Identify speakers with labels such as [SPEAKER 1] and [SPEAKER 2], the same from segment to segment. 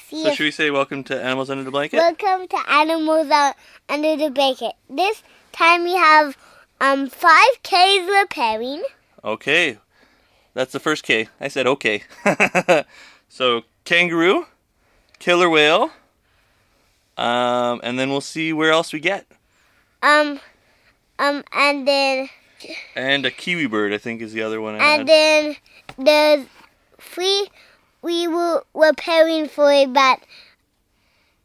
[SPEAKER 1] see
[SPEAKER 2] So
[SPEAKER 1] if-
[SPEAKER 2] should we say welcome to Animals Under the Blanket?
[SPEAKER 1] Welcome to Animals Out Under the Blanket. This time we have um five Ks repairing.
[SPEAKER 2] Okay. That's the first K. I said okay. so kangaroo, killer whale, um, and then we'll see where else we get.
[SPEAKER 1] Um, um, and then
[SPEAKER 2] And a kiwi bird, I think, is the other one. I
[SPEAKER 1] and
[SPEAKER 2] had.
[SPEAKER 1] then there's three we were repairing for it, but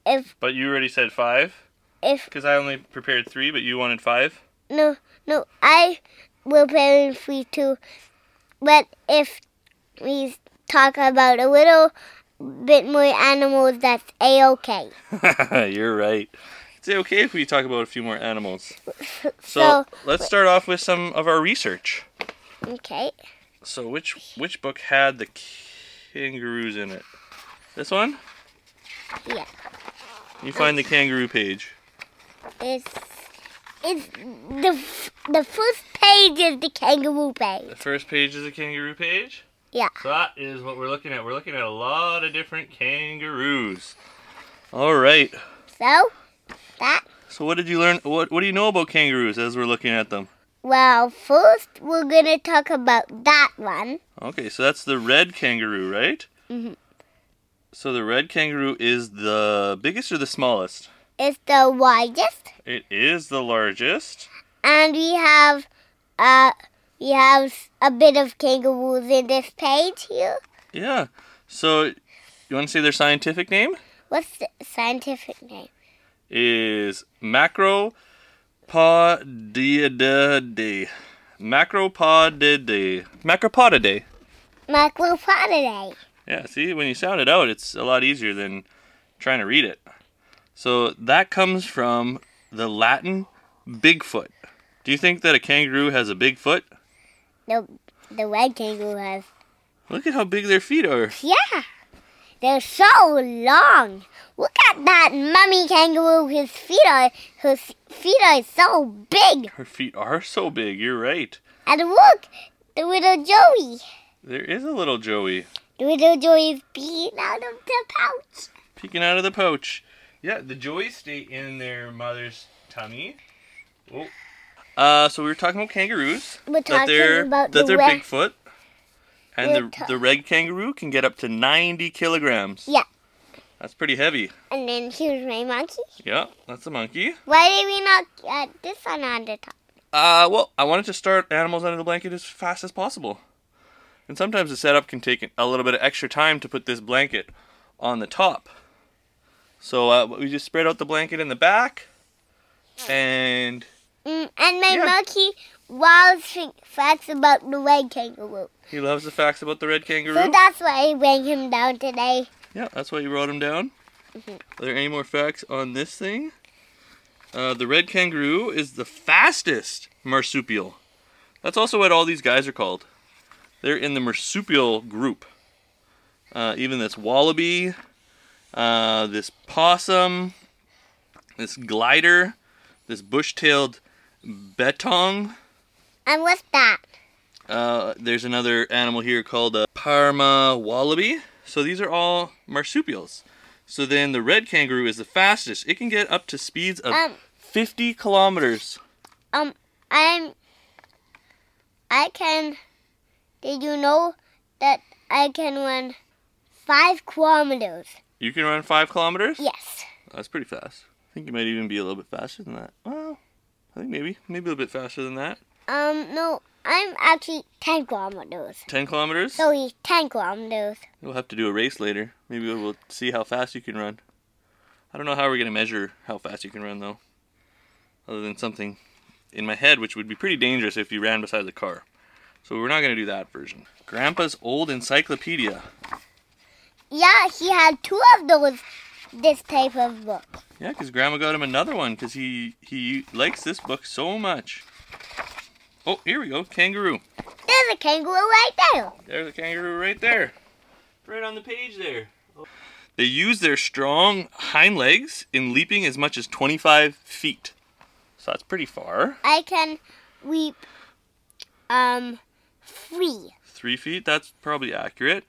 [SPEAKER 1] if
[SPEAKER 2] But you already said five,
[SPEAKER 1] if
[SPEAKER 2] because I only prepared three, but you wanted five.
[SPEAKER 1] no no I repairing three too, but if we talk about a little bit more animals, that's a okay.
[SPEAKER 2] You're right. It's okay if we talk about a few more animals.
[SPEAKER 1] So-
[SPEAKER 2] So let's start off with some of our research.
[SPEAKER 1] Okay.
[SPEAKER 2] So which which book had the kangaroos in it? This one?
[SPEAKER 1] Yeah.
[SPEAKER 2] You find the kangaroo page.
[SPEAKER 1] It's it's the f- the first page is the kangaroo
[SPEAKER 2] The
[SPEAKER 1] page.
[SPEAKER 2] first page is a kangaroo page.
[SPEAKER 1] Yeah.
[SPEAKER 2] So that is what we're looking at. We're looking at a lot of different kangaroos. All right.
[SPEAKER 1] So that
[SPEAKER 2] So what did you learn? What what do you know about kangaroos as we're looking at them?
[SPEAKER 1] well, first we're gonna talk about that one.
[SPEAKER 2] Okay, so that's the red kangaroo, right?
[SPEAKER 1] Mhm.
[SPEAKER 2] So the red kangaroo is the biggest or the smallest?
[SPEAKER 1] It's the widest,
[SPEAKER 2] It is the largest.
[SPEAKER 1] and we have uh we have s- a bit of kangaroos in this page here.
[SPEAKER 2] Yeah. So you want to say their scientific name?
[SPEAKER 1] What's the scientific name?
[SPEAKER 2] is Macropodidae. Macropodidae. Macropodidae.
[SPEAKER 1] Macropodidae.
[SPEAKER 2] Yeah, see, when you sound it out, it's a lot easier than trying to read it. So that comes from the Latin Bigfoot. Do you think that a kangaroo has a big foot?
[SPEAKER 1] The the red kangaroo has.
[SPEAKER 2] Look at how big their feet are.
[SPEAKER 1] Yeah. They're so long. Look at that mummy kangaroo. His feet are his feet are so big.
[SPEAKER 2] Her feet are so big, you're right.
[SPEAKER 1] And look, the little Joey.
[SPEAKER 2] There is a little Joey
[SPEAKER 1] The little Joey's being out of the pouch.
[SPEAKER 2] peeking out of the pouch. Yeah, the joys stay in their mother's tummy. Oh. Uh, so we were talking about kangaroos.
[SPEAKER 1] We're
[SPEAKER 2] that they're
[SPEAKER 1] talking about
[SPEAKER 2] that
[SPEAKER 1] the
[SPEAKER 2] they're
[SPEAKER 1] red-
[SPEAKER 2] Bigfoot, and
[SPEAKER 1] We're
[SPEAKER 2] the
[SPEAKER 1] ta-
[SPEAKER 2] the red kangaroo can get up to ninety kilograms.
[SPEAKER 1] Yeah.
[SPEAKER 2] That's pretty heavy.
[SPEAKER 1] And then here's my monkey.
[SPEAKER 2] Yeah, that's a monkey.
[SPEAKER 1] Why did we not get this one on the top?
[SPEAKER 2] Uh, well, I wanted to start animals under the blanket as fast as possible, and sometimes the setup can take a little bit of extra time to put this blanket on the top. So uh, we just spread out the blanket in the back, and
[SPEAKER 1] Mm, and my
[SPEAKER 2] Yeah.
[SPEAKER 1] monkey was think facts about the red kangaroo.
[SPEAKER 2] He loves the facts about the red
[SPEAKER 1] So
[SPEAKER 2] kangaroo.
[SPEAKER 1] that's why I bring him down today.
[SPEAKER 2] Yeah, that's why you wrote him down. Are there any more facts on this thing? Uh, the red kangaroo is the fastest marsupial. That's also what all these guys are called. They're in the marsupial group. Uh, even this wallaby, uh, this possum, this glider, this bush tailed betong.
[SPEAKER 1] And what's that?
[SPEAKER 2] Uh, there's another animal here called a Parma wallaby. So these are all marsupials. So then the red kangaroo is the fastest. It can get up to speeds of
[SPEAKER 1] Um,
[SPEAKER 2] 50 kilometers.
[SPEAKER 1] Um, I'm. I can. Did you know that I can run five kilometers?
[SPEAKER 2] You can run five kilometers?
[SPEAKER 1] Yes.
[SPEAKER 2] That's pretty fast. I think you might even be a little bit faster than that. Well, I think maybe, maybe a little bit faster than that.
[SPEAKER 1] Um, no, I'm actually ten kilometers.
[SPEAKER 2] 10 kilometers?
[SPEAKER 1] So he's ten kilometers.
[SPEAKER 2] We'll have to do a race later. Maybe we'll see how fast you can run. I don't know how we're going to measure how fast you can run, though. Other than something in my head, which would be pretty dangerous if you ran beside the car. So we're not going to do that version. Grandpa's old encyclopedia.
[SPEAKER 1] Yeah, he had two of those. This type of book.
[SPEAKER 2] Yeah, because Grandma got him another one because he, he likes this book so much. Oh, here we go. Kangaroo.
[SPEAKER 1] There's a kangaroo right there.
[SPEAKER 2] There's a kangaroo right there. Right on the page there. They use their strong hind legs in leaping as much as 25 feet. So that's pretty far.
[SPEAKER 1] I can leap. Um, free.
[SPEAKER 2] Three feet, that's probably accurate.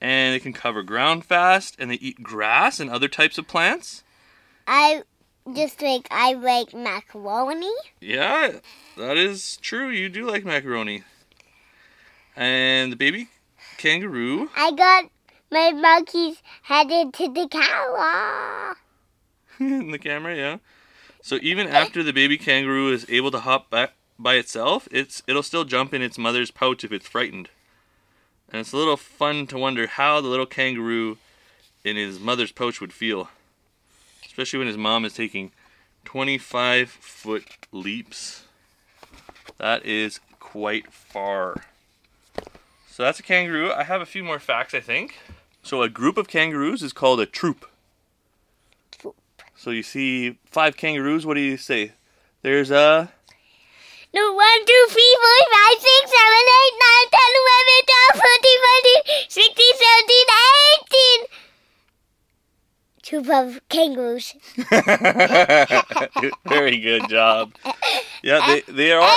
[SPEAKER 2] and it can cover ground fast, and they eat grass and other types of plants.
[SPEAKER 1] I just like I like macaroni.
[SPEAKER 2] Yeah, that is true. You do like macaroni. And the baby kangaroo.
[SPEAKER 1] I got my monkeys headed to the cow.
[SPEAKER 2] in the camera, yeah. So even after the baby kangaroo is able to hop back by itself, it's it'll still jump in its mother's pouch if it's frightened. And it's a little fun to wonder how the little kangaroo in his mother's pouch would feel, especially when his mom is taking 25 foot leaps. That is quite far. So that's a kangaroo. I have a few more facts, I think. So a group of kangaroos is called a troop. So you see five kangaroos. What do you say? There's a
[SPEAKER 1] No, one, two, three, four, five, six, seven, eight, nine, ten, eleven, twelve, thirteen, fourteen, sixteen, seventeen, eighteen. Troop of kangaroos.
[SPEAKER 2] very good job. Yeah, they they are all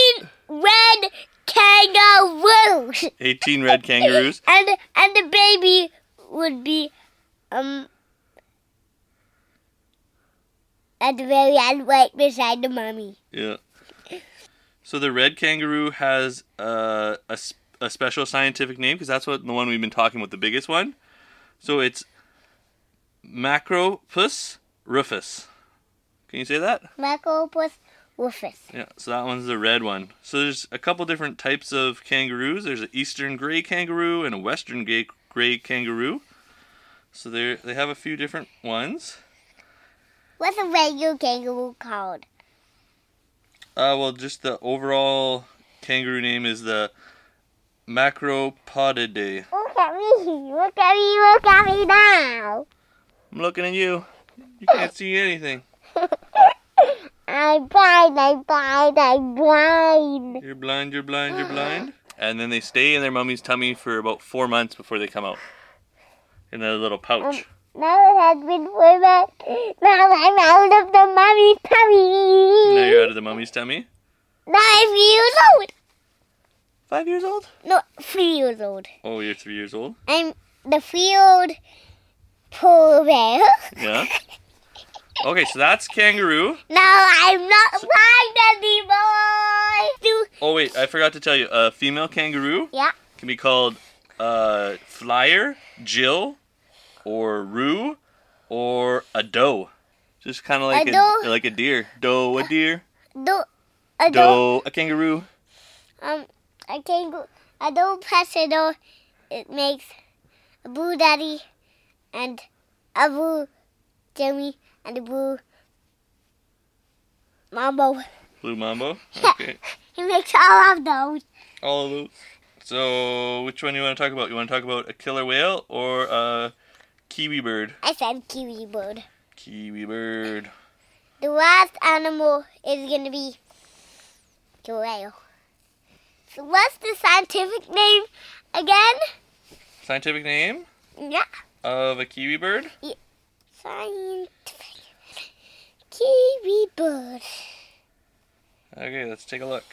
[SPEAKER 1] Eighteen red kangaroos.
[SPEAKER 2] 18 red kangaroos.
[SPEAKER 1] And and the baby would be um at the very end, right beside the mommy.
[SPEAKER 2] Yeah. So the red kangaroo has uh, a s- a special scientific name because that's what the one we've been talking about, the biggest one. So it's Macropus rufus. Can you say that?
[SPEAKER 1] Macropus rufus.
[SPEAKER 2] Yeah, so that one's the red one. So there's a couple different types of kangaroos. There's an eastern gray kangaroo and a western gray, gray kangaroo. So they they have a few different ones.
[SPEAKER 1] What's a regular kangaroo called?
[SPEAKER 2] Uh, well, just the overall kangaroo name is the Macropodidae.
[SPEAKER 1] Look at me! Look at me! Look at me now!
[SPEAKER 2] I'm looking at you. You can't see anything.
[SPEAKER 1] I'm blind! I'm blind! I'm blind!
[SPEAKER 2] You're blind. You're blind. You're blind. And then they stay in their mummy's tummy for about four months before they come out in their little pouch.
[SPEAKER 1] Now it has been for months. Now I'm out of the mummy's tummy.
[SPEAKER 2] Now you're out of the mummy's tummy.
[SPEAKER 1] Nine years old.
[SPEAKER 2] Five years old.
[SPEAKER 1] No, three years old.
[SPEAKER 2] Oh, you're three years old.
[SPEAKER 1] I'm the field polar bear.
[SPEAKER 2] Yeah. Okay, so that's kangaroo.
[SPEAKER 1] Now I'm not blind anymore. Do-
[SPEAKER 2] Oh wait, I forgot to tell you. A female kangaroo
[SPEAKER 1] Yeah.
[SPEAKER 2] can be called uh, flyer, Jill, or roo, or a doe. Just kind of like
[SPEAKER 1] A
[SPEAKER 2] a,
[SPEAKER 1] doe?
[SPEAKER 2] like a deer. Doe, a deer.
[SPEAKER 1] Do uh, a do
[SPEAKER 2] Doe, a kangaroo.
[SPEAKER 1] um a kangaroo a do pasado it makes a blue daddy and a blue Jimmy and a blue Mambo.
[SPEAKER 2] Blue mambo. Okay,
[SPEAKER 1] He makes all of those.
[SPEAKER 2] all of those. So, which one you want to talk about? You want to talk about a killer whale or a kiwi bird?
[SPEAKER 1] I said kiwi bird.
[SPEAKER 2] Kiwi bird.
[SPEAKER 1] The last animal is gonna be the whale. So what's the scientific name again?
[SPEAKER 2] Scientific name
[SPEAKER 1] Yeah,
[SPEAKER 2] of a kiwi bird?
[SPEAKER 1] scientific kiwi bird.
[SPEAKER 2] Okay, let's take a look.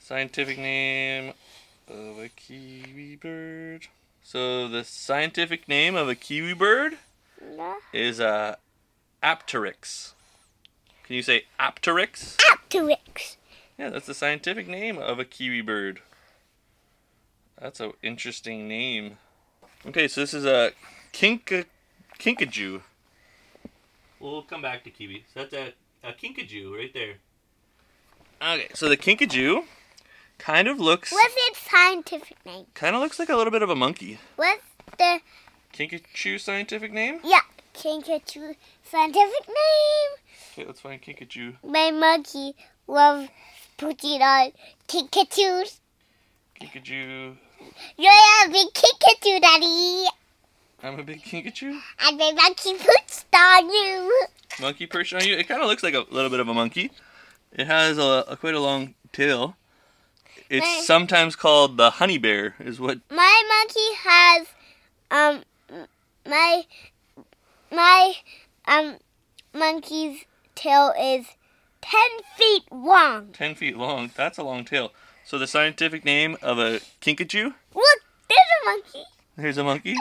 [SPEAKER 2] Scientific name of a kiwi bird. So the scientific name of a kiwi bird
[SPEAKER 1] No,
[SPEAKER 2] is uh, Apteryx. Can you say Apteryx?
[SPEAKER 1] Apteryx.
[SPEAKER 2] Yeah, that's the scientific name of a kiwi bird. That's an interesting name. Okay, so this is a kinka, kinkajou. We'll come back to kiwi. So that's a, a kinkajou right there. Okay, so the kinkajou kind of looks
[SPEAKER 1] What's its scientific name?
[SPEAKER 2] kind of looks like a little bit of a monkey.
[SPEAKER 1] What's the
[SPEAKER 2] Kinkajou scientific name?
[SPEAKER 1] yeah kinkajou scientific name?
[SPEAKER 2] Okay, let's find kinkajou.
[SPEAKER 1] My monkey loves putting on kinkajous.
[SPEAKER 2] Kinkajou.
[SPEAKER 1] You're a big kinkajou, daddy.
[SPEAKER 2] I'm a big kinkajou.
[SPEAKER 1] And my monkey puts on you.
[SPEAKER 2] monkey perched on you. It kind of looks like a little bit of a monkey. It has a, a quite a long tail. It's
[SPEAKER 1] Hey.
[SPEAKER 2] sometimes called the honey bear, is what.
[SPEAKER 1] My monkey has um m- my my um monkey's tail is ten feet long.
[SPEAKER 2] Ten feet long. That's a long tail. So the scientific name of a kinkajou
[SPEAKER 1] Look, there's a monkey.
[SPEAKER 2] There's a monkey.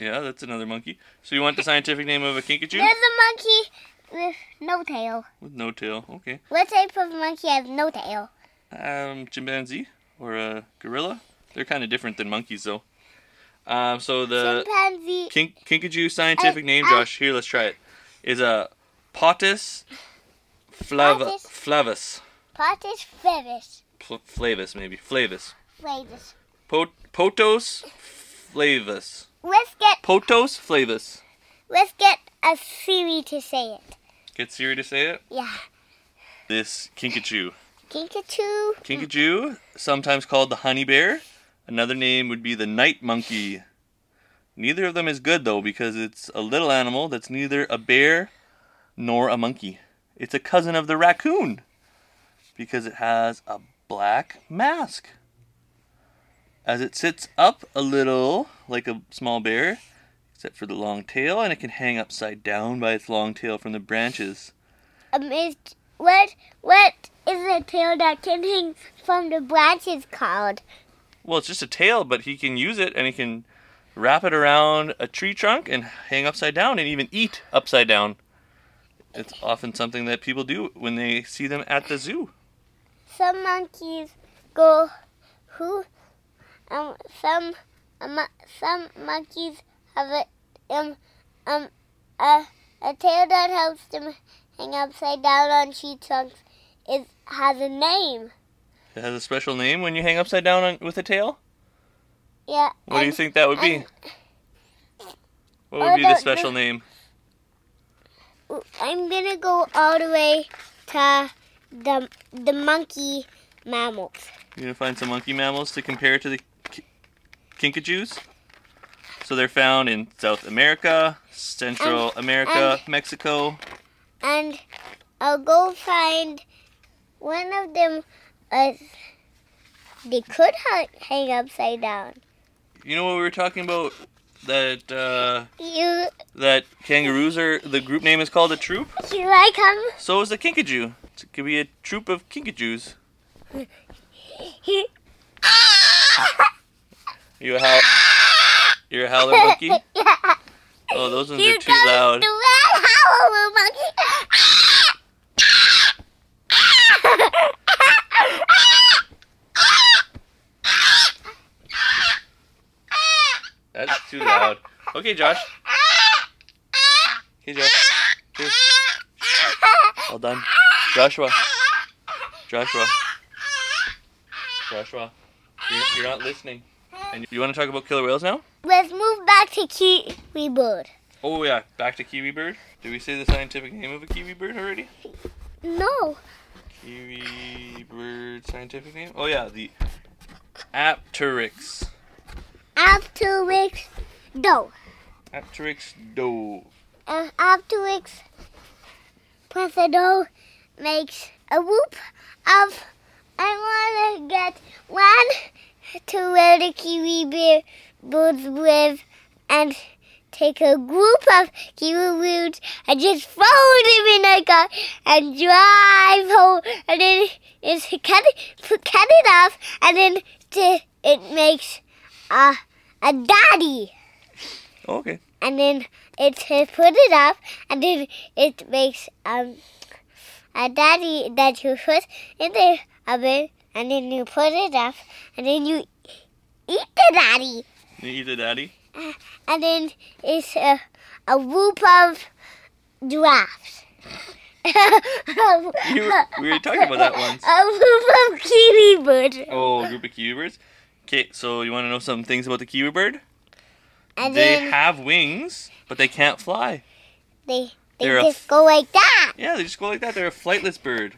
[SPEAKER 2] Yeah, that's another monkey. So you want the scientific name of a kinkajou?
[SPEAKER 1] There's a monkey with no tail.
[SPEAKER 2] With no tail. Okay.
[SPEAKER 1] What type of monkey has no tail?
[SPEAKER 2] Um, chimpanzee or a gorilla. They're kind of different than monkeys, though. Um, so the
[SPEAKER 1] Chimpanzee.
[SPEAKER 2] kink- kinkajou scientific
[SPEAKER 1] I-
[SPEAKER 2] name,
[SPEAKER 1] I-
[SPEAKER 2] Josh. Here, let's try it. Is a potus flava-
[SPEAKER 1] Potus.
[SPEAKER 2] flavus.
[SPEAKER 1] Pot is flavus.
[SPEAKER 2] Pl- flavus, maybe. Flavus.
[SPEAKER 1] Flavus.
[SPEAKER 2] Po- potos flavus.
[SPEAKER 1] Let's get
[SPEAKER 2] Potos flavus.
[SPEAKER 1] let's get a Siri to say it.
[SPEAKER 2] Get Siri to say it.
[SPEAKER 1] Yeah.
[SPEAKER 2] This kinkajou.
[SPEAKER 1] Kinkajou.
[SPEAKER 2] Kinkajou, sometimes called the honey bear. Another name would be the night monkey. Neither of them is good though because it's a little animal that's neither a bear nor a monkey. It's a cousin of the raccoon because it has a black mask. As it sits up a little like a small bear, except for the long tail, and it can hang upside down by its long tail from the branches.
[SPEAKER 1] Um, is what what is the tail that can hang from the branches called?
[SPEAKER 2] Well, it's just a tail, but he can use it and he can wrap it around a tree trunk and hang upside down and even eat upside down. It's often something that people do when they see them at the zoo.
[SPEAKER 1] Some monkeys go who um some um, some monkeys have a um um a, a tail that helps them hang upside down on tree trunks is has a name.
[SPEAKER 2] It has a special name when you hang upside down on, with a tail.
[SPEAKER 1] Yeah.
[SPEAKER 2] What do you
[SPEAKER 1] and-
[SPEAKER 2] think that would be?
[SPEAKER 1] and-
[SPEAKER 2] What
[SPEAKER 1] I
[SPEAKER 2] would be the
[SPEAKER 1] don't
[SPEAKER 2] special
[SPEAKER 1] know.
[SPEAKER 2] name?
[SPEAKER 1] I'm gonna go all the way to the the monkey mammals.
[SPEAKER 2] You're gonna find some monkey mammals to compare to the ki- kinkajous. So they're found in South America, Central America, Mexico.
[SPEAKER 1] and I'll go find one of them. Uh, they could ha- hang upside down.
[SPEAKER 2] You know what we were talking about? That uh,
[SPEAKER 1] You,
[SPEAKER 2] that kangaroos are the group name is called a troop.
[SPEAKER 1] you like him?
[SPEAKER 2] So is the kinkajou. It could be a troop of kinkajous. You a howl. You're a howler monkey.
[SPEAKER 1] yeah.
[SPEAKER 2] Oh, those ones
[SPEAKER 1] Here
[SPEAKER 2] are too
[SPEAKER 1] comes
[SPEAKER 2] loud.
[SPEAKER 1] the red howl monkey.
[SPEAKER 2] That's too loud. Okay, Josh. Hey, Josh. Here. All done. Joshua. Joshua. Joshua. You're, you're not listening. And you, want to talk about killer whales now?
[SPEAKER 1] Let's move back to Kiwi Bird.
[SPEAKER 2] Oh yeah, back to kiwi bird. Did we say the scientific name of a kiwi bird already?
[SPEAKER 1] No,
[SPEAKER 2] Kiwi bird scientific name? Oh yeah, the Apteryx.
[SPEAKER 1] Apteryx doe.
[SPEAKER 2] Apteryx dove.
[SPEAKER 1] Uh, Apteryx presedo makes a whoop of. I want to get one to where the kiwi bear birds live and take a group of kiwi birds and just throw them in a car and drive home and then it's cut it, cut it off and then t- it makes a, a daddy
[SPEAKER 2] Okay.
[SPEAKER 1] and then it it put it up, and then it makes um a daddy that you put in the oven, and then you put it up, and then you eat the daddy,
[SPEAKER 2] You eat the daddy?
[SPEAKER 1] and then it's a, a whoop of giraffes.
[SPEAKER 2] were- we were talking about that once.
[SPEAKER 1] A whoop of kiwi birds.
[SPEAKER 2] Oh, group of kiwi birds. Okay, so you want to know some things about the kiwi bird?
[SPEAKER 1] and
[SPEAKER 2] they
[SPEAKER 1] then
[SPEAKER 2] have wings, but they can't fly.
[SPEAKER 1] they, they
[SPEAKER 2] they're a
[SPEAKER 1] just go like that.
[SPEAKER 2] Yeah, they just go like that. They're a flightless bird.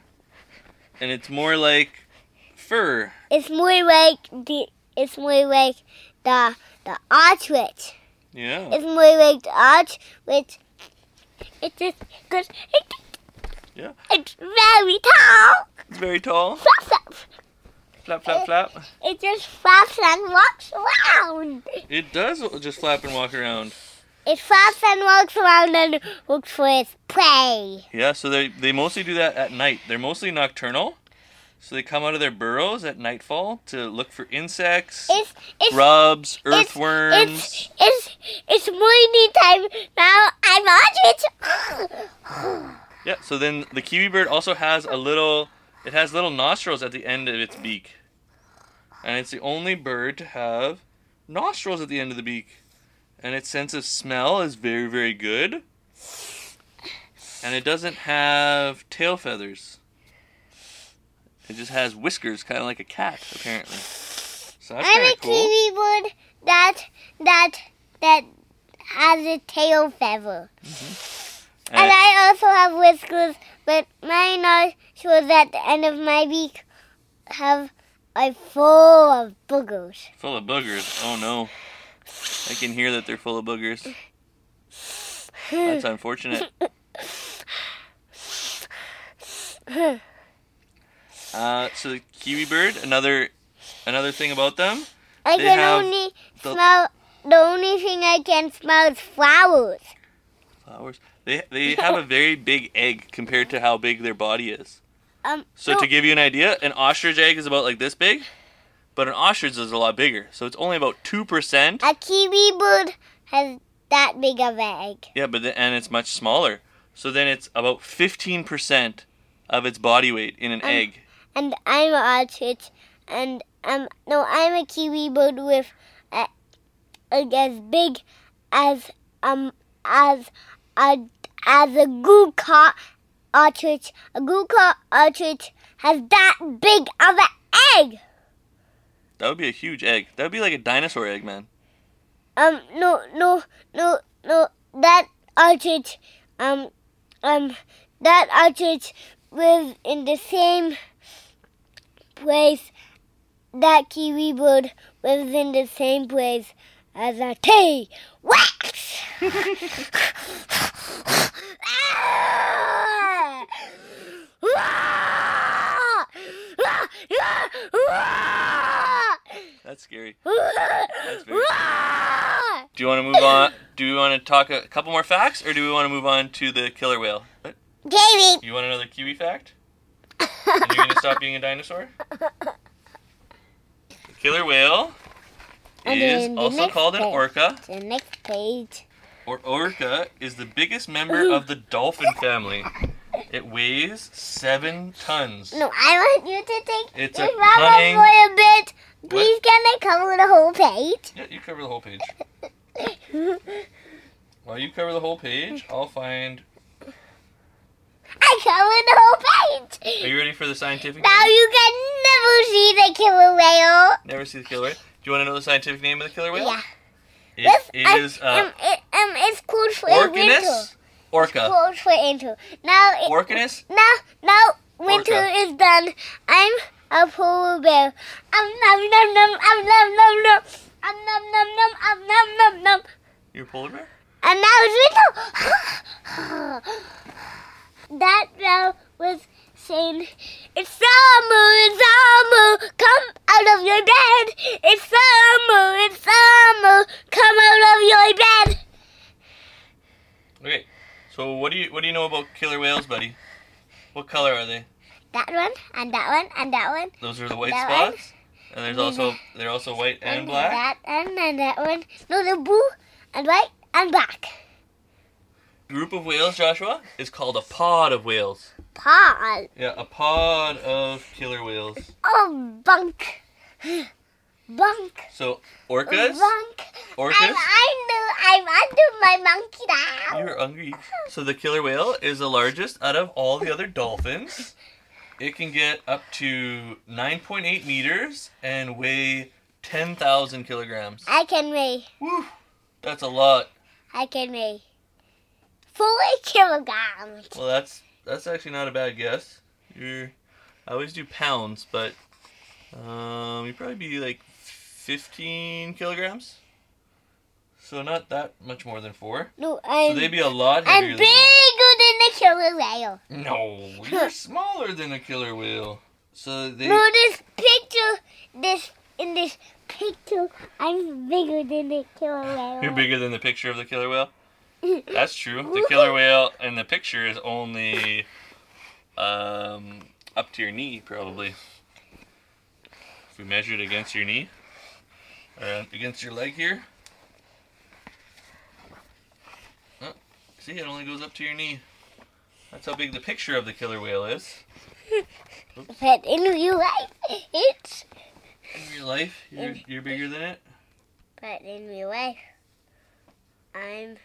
[SPEAKER 2] And it's more like fur.
[SPEAKER 1] It's more like the it's more like the the ostrich.
[SPEAKER 2] Yeah.
[SPEAKER 1] It's more like the ostrich. It's just because it,
[SPEAKER 2] Yeah.
[SPEAKER 1] it's very tall.
[SPEAKER 2] It's very tall.
[SPEAKER 1] Flaps up.
[SPEAKER 2] Flap, flap, flap.
[SPEAKER 1] It just flaps and walks around.
[SPEAKER 2] It does just flap and walk around.
[SPEAKER 1] It flaps and walks around and looks for its prey.
[SPEAKER 2] Yeah, so they, they mostly do that at night. They're mostly nocturnal. So they come out of their burrows at nightfall to look for insects,
[SPEAKER 1] It's it's
[SPEAKER 2] grubs,
[SPEAKER 1] it's,
[SPEAKER 2] earthworms.
[SPEAKER 1] It's it's it's morning time now. I'm on it.
[SPEAKER 2] Yeah, so then the kiwi bird also has a little it has little nostrils at the end of its beak. And it's the only bird to have nostrils at the end of the beak. And its sense of smell is very very good. And it doesn't have tail feathers. It just has whiskers kind of like a cat apparently. So that's
[SPEAKER 1] I'm
[SPEAKER 2] kind
[SPEAKER 1] a
[SPEAKER 2] of cool.
[SPEAKER 1] kiwi bird that that that has a tail feather,
[SPEAKER 2] And
[SPEAKER 1] and
[SPEAKER 2] it-
[SPEAKER 1] I also have whiskers, but my nostrils at the end of my beak have are full of boogers.
[SPEAKER 2] full of boogers. Oh no. I can hear that they're full of boogers. That's unfortunate. Uh, so the kiwi bird, another another thing about them,
[SPEAKER 1] I
[SPEAKER 2] They
[SPEAKER 1] can
[SPEAKER 2] have
[SPEAKER 1] only
[SPEAKER 2] the-
[SPEAKER 1] smell. The only thing I can smell is flowers.
[SPEAKER 2] flowers. They they have a very big egg compared to how big their body is.
[SPEAKER 1] Um,
[SPEAKER 2] So
[SPEAKER 1] no,
[SPEAKER 2] to give you an idea, an ostrich egg is about like this big, but an ostrich is a lot bigger. So it's only about two percent.
[SPEAKER 1] a kiwi bird has that big of an egg.
[SPEAKER 2] Yeah, but the, and it's much smaller. So then it's about fifteen percent of its body weight in an egg.
[SPEAKER 1] and I'm an ostrich, and um, no, I'm a kiwi bird with a egg as big as um as a as a goocock ostrich. A goocock ostrich has that big of an egg.
[SPEAKER 2] That would be a huge egg. That would be like a dinosaur egg, man.
[SPEAKER 1] Um, no, no, no, no, that ostrich, um, um, that ostrich lives in the same place that kiwi bird lives in the same place as a tea wax.
[SPEAKER 2] That's scary.
[SPEAKER 1] That's
[SPEAKER 2] very- Do you want to move on? Do we want to talk a couple more facts, or do we want to move on to the killer whale? What?
[SPEAKER 1] Jamie.
[SPEAKER 2] You want another kiwi fact? And you're gonna stop being a dinosaur? The killer whale
[SPEAKER 1] And
[SPEAKER 2] is
[SPEAKER 1] then the
[SPEAKER 2] also
[SPEAKER 1] next
[SPEAKER 2] called an
[SPEAKER 1] page.
[SPEAKER 2] orca,
[SPEAKER 1] The next page.
[SPEAKER 2] or orca is the biggest member of the dolphin family. It weighs seven tons.
[SPEAKER 1] No, I want you to take
[SPEAKER 2] It's
[SPEAKER 1] your
[SPEAKER 2] a
[SPEAKER 1] mama
[SPEAKER 2] cunning-
[SPEAKER 1] for a bit. Please, can I cover the whole page?
[SPEAKER 2] Yeah, you cover the whole page. While you cover the whole page, I'll find.
[SPEAKER 1] I covered the whole
[SPEAKER 2] Are
[SPEAKER 1] page.
[SPEAKER 2] you ready for the scientific?
[SPEAKER 1] Now
[SPEAKER 2] name?
[SPEAKER 1] you can never see the killer whale.
[SPEAKER 2] Never see the killer whale. Do you want to know the scientific name of the killer whale?
[SPEAKER 1] Yeah.
[SPEAKER 2] It
[SPEAKER 1] um,
[SPEAKER 2] is uh,
[SPEAKER 1] um, it, um, it's called for winter.
[SPEAKER 2] Orcanus orca.
[SPEAKER 1] Called for winter. Now, it,
[SPEAKER 2] Orcanus
[SPEAKER 1] now, now, winter
[SPEAKER 2] Orca.
[SPEAKER 1] is done. I'm a polar bear. Um, num num num. Um, num num num. Um, num num num. Um, num num num.
[SPEAKER 2] Your polar bear?
[SPEAKER 1] And now it's winter. that bell was saying, It's summer, it's summer, come out of your bed. It's summer, it's summer, come out of your bed.
[SPEAKER 2] Okay. So what do you what do you know about killer whales, buddy? What color are they?
[SPEAKER 1] That one, and that one, and that one.
[SPEAKER 2] Those are the white
[SPEAKER 1] That one.
[SPEAKER 2] spots. And there's also they're also white and black.
[SPEAKER 1] That one, and that one. No, the blue, and white, and black.
[SPEAKER 2] Group of whales, Joshua, is called a pod of whales.
[SPEAKER 1] Paul.
[SPEAKER 2] Yeah, a pod of killer whales.
[SPEAKER 1] Oh, bunk. Bunk.
[SPEAKER 2] So orcas,
[SPEAKER 1] Bunk. I'm
[SPEAKER 2] orcas.
[SPEAKER 1] under, I'm under my monkey now.
[SPEAKER 2] You're hungry. So the killer whale is the largest out of all the other dolphins. It can get up to 9.8 meters and weigh 10,000 kilograms.
[SPEAKER 1] I can weigh,
[SPEAKER 2] Woo! That's a lot.
[SPEAKER 1] I can weigh four kilograms.
[SPEAKER 2] Well, that's that's actually not a bad guess. You're, I always do pounds, but um, you'd probably be like 15 kilograms. So not that much more than four.
[SPEAKER 1] No,
[SPEAKER 2] So
[SPEAKER 1] I'm,
[SPEAKER 2] they'd be a lot
[SPEAKER 1] I'm
[SPEAKER 2] heavier.
[SPEAKER 1] bigger than the killer whale.
[SPEAKER 2] Than no, you're smaller than a killer whale. So they
[SPEAKER 1] No, this picture, this in this picture, I'm bigger than the killer whale.
[SPEAKER 2] you're bigger than the picture of the killer whale. That's true. The killer whale in the picture is only um, up to your knee, probably. If we measure it against your knee, or against your leg here. Oh, see, it only goes up to your knee. That's how big the picture of the killer whale is.
[SPEAKER 1] But in real life, it's.
[SPEAKER 2] In real life, you're, you're bigger than it.
[SPEAKER 1] But in real life, I'm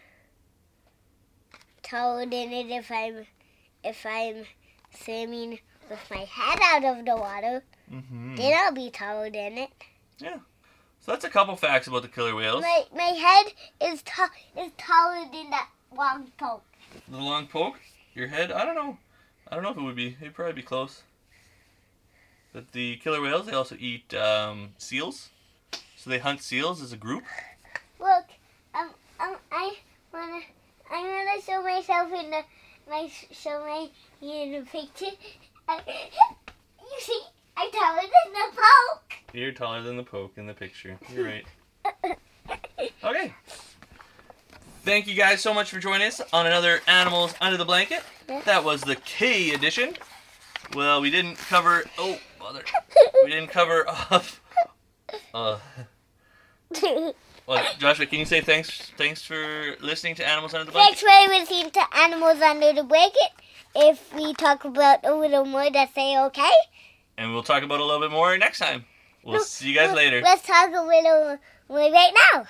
[SPEAKER 1] taller than it if I'm if I'm swimming with my head out of the water.
[SPEAKER 2] Mm-hmm.
[SPEAKER 1] Then I'll be taller than it.
[SPEAKER 2] So that's a couple facts about the killer whales.
[SPEAKER 1] My my head is tall is taller than that long pole.
[SPEAKER 2] The long poke, your head, I don't know. I don't know if it would be. It'd probably be close. But the killer whales, they also eat um, seals. So they hunt seals as a group.
[SPEAKER 1] Look, um, um, I wanna I wanna show myself in the my show my in the picture. Uh, you see, I'm taller than the poke.
[SPEAKER 2] You're taller than the poke in the picture. You're right. Okay. Thank you guys so much for joining us on another Animals Under the Blanket. That was the K edition. Well, we didn't cover. Oh, mother. We didn't cover off. Uh, well, Joshua, can you say thanks? Thanks for listening to Animals Under the Blanket.
[SPEAKER 1] Next way we seem to animals under the blanket. If we talk about a little more, that say okay.
[SPEAKER 2] And we'll talk about it a little bit more next time. We'll see you guys
[SPEAKER 1] Well,
[SPEAKER 2] later.
[SPEAKER 1] Let's talk a little more right now.